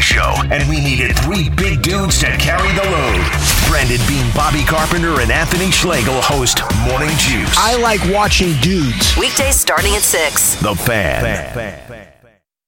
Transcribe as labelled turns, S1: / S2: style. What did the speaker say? S1: show, and we needed three big dudes to carry the load. Brandon Bean, Bobby Carpenter, and Anthony Schlegel host Morning Juice.
S2: I like watching dudes.
S3: Weekdays starting at 6.
S1: the fan.
S4: Fan.